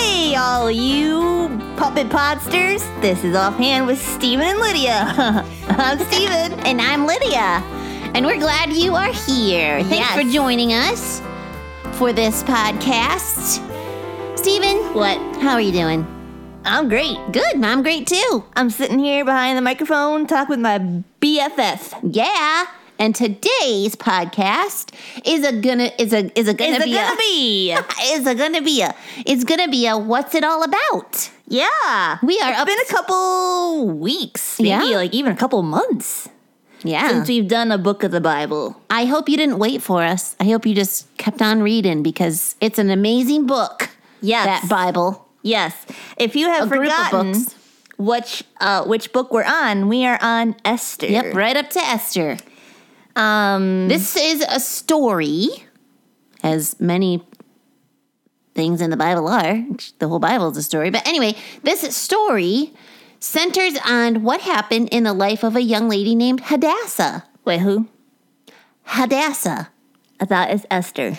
Hello, you puppet podsters. This is Offhand with Steven and Lydia. I'm Steven. And I'm Lydia. And we're glad you are here. Thanks Yes. for joining us for this podcast. Steven, What? how are you doing? I'm great. Good, I'm great too. I'm sitting here behind the microphone talking with my BFF. Yeah. And today's podcast is a gonna is a is a gonna Is it be gonna a, be? is a gonna be a it's gonna be a what's it all about? Yeah. We are It's up- been a couple weeks, maybe Yeah. like even a couple months Yeah. since we've done a book of the Bible. I hope you didn't wait for us. I hope you just kept on reading because it's an amazing book. Yes. That Bible. Yes. If you have A group of forgotten books. which uh, which book we're on, we are on Esther. Yep, right up to Esther. Um. This is a story, as many things in the Bible are. The whole Bible is a story. But anyway, this story centers on what happened in the life of a young lady named Hadassah. Wait, who? Hadassah. I thought it's Esther.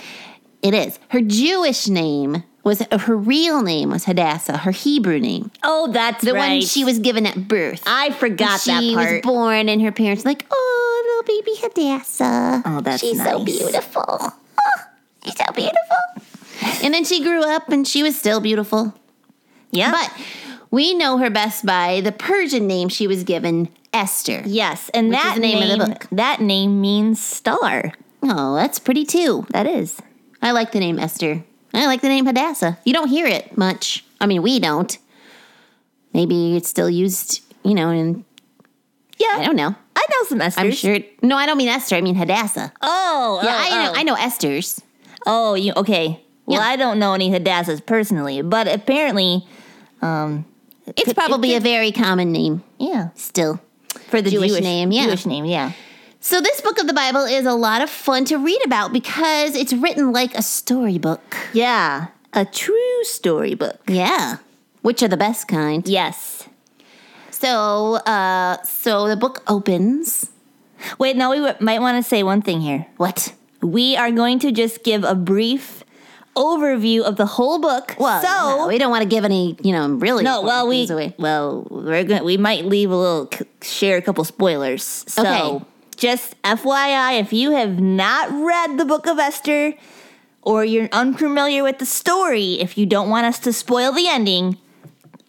It is. Her Jewish name was, her real name was Hadassah, her Hebrew name. Oh, that's The right. one she was given at birth. I forgot she that was part. born, and her parents were like, "Oh, little baby Hadassah. Oh, that's she's so nice. beautiful. Oh, she's so beautiful." and then she grew up, and she was still beautiful. yeah. But we know her best by the Persian name she was given, Esther. yes, and is that the name of the book. That name means star. Oh, that's pretty too. That is. I like the name Esther. I like the name Hadassah. You don't hear it much. I mean, we don't. Maybe it's still used, you know, in Yeah. I don't know. I know some Esther's. I'm sure. It, no, I don't mean Esther. I mean Hadassah. Oh, Yeah, oh, I know. oh. I know Esther's. Oh, you okay? Well, Yeah. I don't know any Hadassahs personally, but apparently, um, It's probably a very common name yeah, still. for the Jewish Jewish, name, yeah. Jewish name, yeah. So this book of the Bible is a lot of fun to read about because it's written like a storybook. Yeah, a true storybook. Yeah. Which are the best kind. Yes. So uh so the book opens. Wait, now we w- might want to say one thing here. What? We are going to just give a brief overview of the whole book. Well, so no, we don't want to give any, you know, really no, well important we things away. well we're going to we might leave a little c- share a couple spoilers. So Okay. just FYI, if you have not read the Book of Esther or you're unfamiliar with the story, if you don't want us to spoil the ending,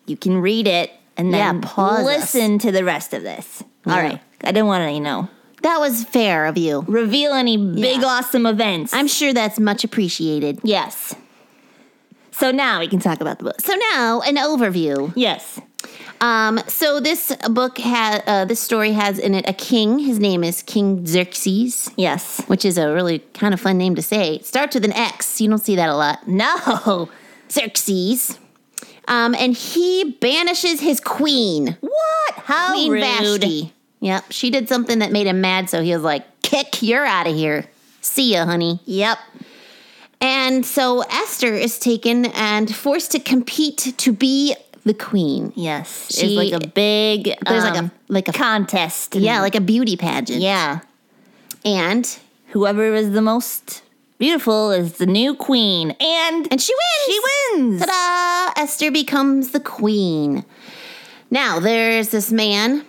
you can read it and then Yeah, pause us. listen to the rest of this. All Yeah. right, I didn't want to you know That was fair of you. reveal any big Yeah. awesome events. I'm sure that's much appreciated. Yes. So now we can talk about the book. So now an overview. Yes. Um, so this book has uh, this story has in it a king. His name is King Xerxes. Yes. which is a really kind of fun name to say. It starts with an X. You don't see that a lot. No. Xerxes. Um, and he banishes his queen, What? How Queen Oh, rude. Vashti. Yep, she did something that made him mad, so he was like, "Kick, you're out of here. See ya, honey." Yep. And so Esther is taken and forced to compete to be the queen. Yes. She- it's like a big There's like um, a like a contest. yeah, like a beauty Mm-hmm. pageant. yeah. and Whoever is the most beautiful is the new queen. And, and she wins. she wins. Ta-da! Esther becomes the queen. Now there's this man.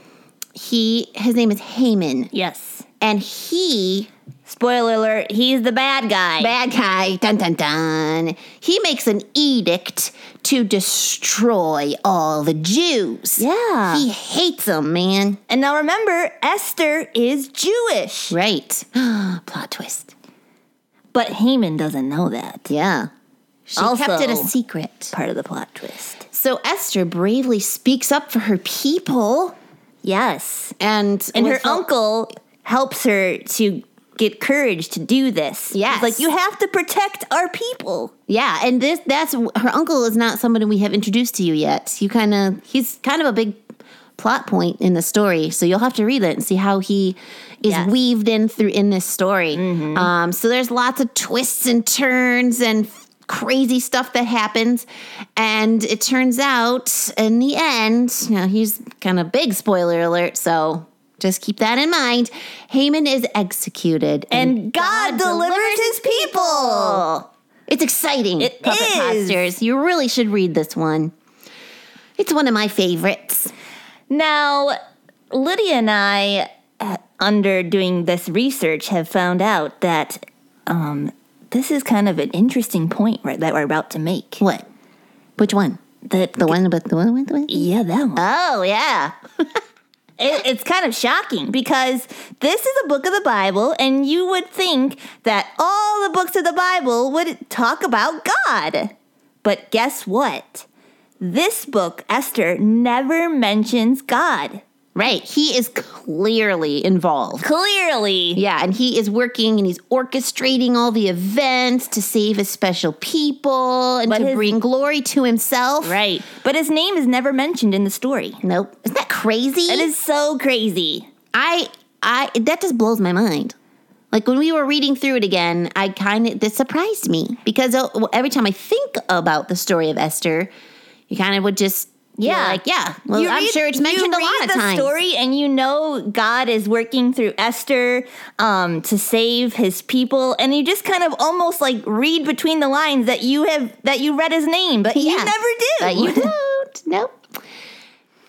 He his name is Haman, Yes. and he Spoiler alert, he's the bad guy. bad guy. Dun dun dun. He makes an edict to destroy all the Jews. Yeah. he hates them, man. and now remember, Esther is Jewish. Right? Plot twist. But Haman doesn't know that. Yeah. She kept it a Also- secret. Part of the plot twist. So Esther bravely speaks up for her people, Yes. and And her with the- uncle helps her to get courage to do this. Yes. He's like, you have to protect our people. Yeah, and this that's her uncle is not somebody we have introduced to you yet. You kind of he's kind of a big plot point in the story, so you'll have to read it and see how he is Yes. weaved in through in this story. Um, so there's lots of twists and turns and crazy stuff that happens, and it turns out in the end, now here's kind of big spoiler alert, so. Just keep that in mind. Haman is executed, And God, delivers, his people. It's exciting. It Puppet is. Postures. You really should read this one. It's one of my favorites. Now, Lydia and I, uh, under doing this research, have found out that um, this is kind of an interesting point right, that we're about to make. What? Which one? That The one about the one with the one? yeah, that one. Oh yeah. It, it's kind of shocking because this is a book of the Bible, and you would think that all the books of the Bible would talk about God. But guess what? This book, Esther, never mentions God. Right. He is clearly involved. Clearly. Yeah, and he is working and he's orchestrating all the events to save his special people and But to his- bring glory to himself. Right. But his name is never mentioned in the story. Nope. Isn't that crazy? It is so crazy. I I that just blows my mind. Like when we were reading through it again, I kind of this surprised me because uh, well, every time I think about the story of Esther, you kind of would just yeah, Yeah. like yeah. Well, You I'm read- sure it's mentioned you a lot read of the times. story, and you know God is working through Esther um, to save His people, and you just kind of almost like read between the lines that you have that you read His name, but you Yeah. never do. But you don't. Nope.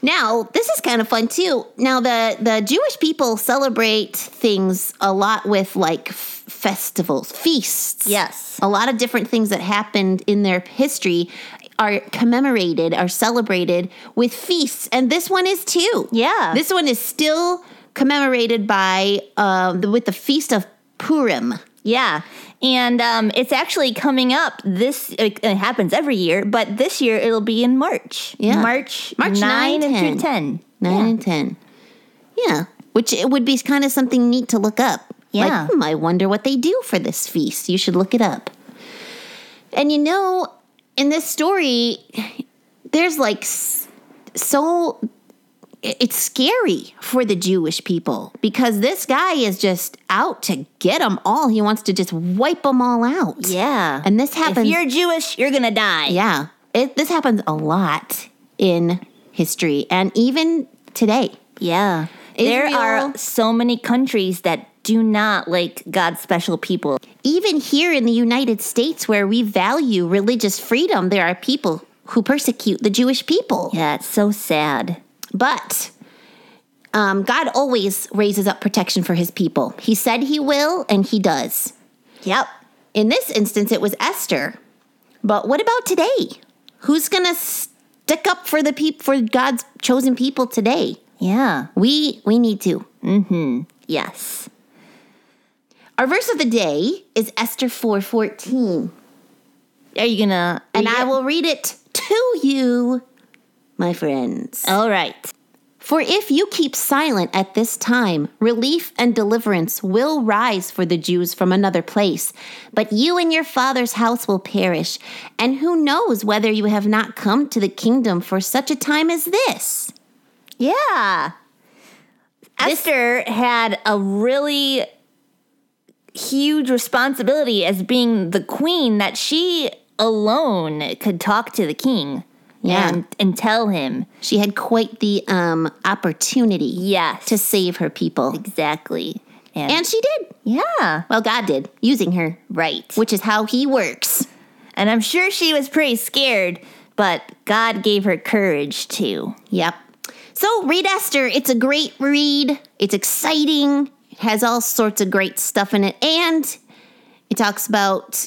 Now, this is kind of fun too. Now, the, the Jewish people celebrate things a lot with like f- festivals, feasts. Yes. A lot of different things that happened in their history are commemorated, are celebrated with feasts. And this one is too. Yeah. This one is still commemorated by, um, the, with the Feast of Purim. Yeah. And um, it's actually coming up this, it, it happens every year, but this year it'll be in March. Yeah. March, March 9, 9, and through 10. Nine Yeah. and ten. Yeah. Which it would be kind of something neat to look up. Yeah. Like, hmm, I wonder what they do for this feast. You should look it up. And you know, in this story, there's like s- so i- it's scary for the Jewish people because this guy is just out to get them all. He wants to just wipe them all out. Yeah. And this If happens you're Jewish, you're going to die. yeah, it, this happens a lot in history and even today. Yeah. There Israel- are so many countries that do not like God's special people. Even here in the United States, where we value religious freedom, there are people who persecute the Jewish people. Yeah, it's so sad. But um, God always raises up protection for his people. He said he will, and he does. Yep. In this instance, it was Esther. But what about today? Who's going to stick up for the peop- for God's chosen people today? Yeah. We we need to. Yes. Our verse of the day is Esther 4:14, Are you going to? and I will read it to you, my friends. All right. For if you keep silent at this time, relief and deliverance will rise for the Jews from another place, but you and your father's house will perish, and who knows whether you have not come to the kingdom for such a time as this. Yeah. Esther had a really huge responsibility as being the queen that she alone could talk to the king Yeah. and, and tell him. She had quite the um opportunity Yes. to save her people. exactly. And she did. yeah. Well, God did, using her. Right. which is how he works. And I'm sure she was pretty scared, but God gave her courage too. Yep. So read Esther. It's a great read. It's exciting. It has all sorts of great stuff in it. And it talks about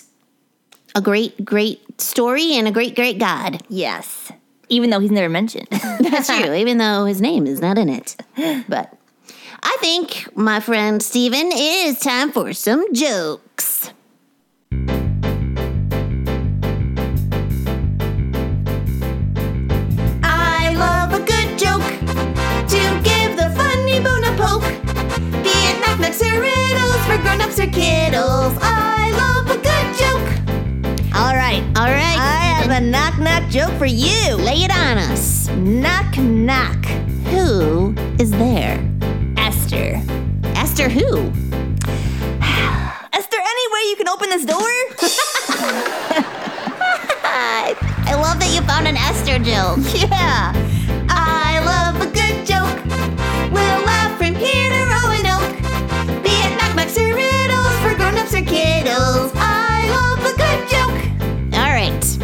a great, great story and a great, great God. Yes. Even though he's never mentioned. That's true, even though his name is not in it. But I think, my friend Steven, it is time for some jokes. I love a good joke to give the funny bone a poke. Be it knock-knocks or riddles for grown-ups or kiddles. I love a good joke. All right. All right, I have a knock knock joke for you. lay it on us. Knock knock. Who is there? Esther. Esther who? Esther, any way you can open this door? I, I love that you found an Esther joke. yeah. I love a good joke. We'll laugh from here to Roanoke. Be it knockbacks or riddles for grown-ups or kiddles. I love a good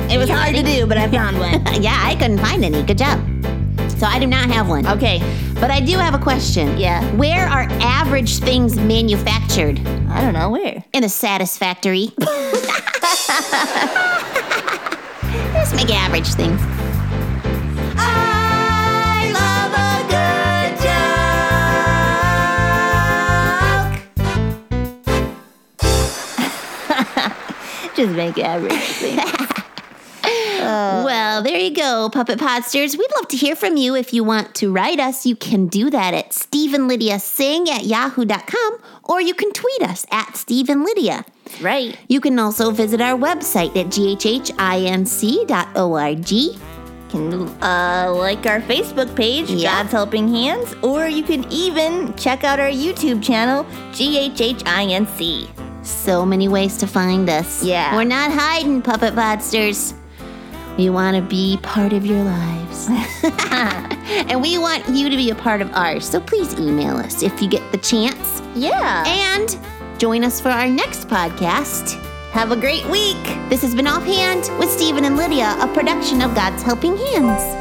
joke. was hard to do, but I found one. Uh, yeah, I couldn't find any. Good job. So I do not have one. Okay. But I do have a question. Yeah. Where are average things manufactured? I don't know where. In a satisfactory. Just make average things. I love a good joke. Just make everything. Well, there you go, Puppet Podsters. We'd love to hear from you. If you want to write us, you can do that at StephenLydiaSing at yahoo.com or you can tweet us at StephenLydia. right. You can also visit our website at ghhinc.org. can uh, like our Facebook page, Yeah. God's Helping Hands, or you can even check out our YouTube channel, GHHINC. So many ways to find us. Yeah. We're not hiding, Puppet Podsters. We want to be part of your lives. and we want you to be a part of ours. So please email us if you get the chance. Uh. Yeah. And join us for our next podcast. Have a great week. This has been Offhand with Stephen and Lydia, a production of God's Helping Hands.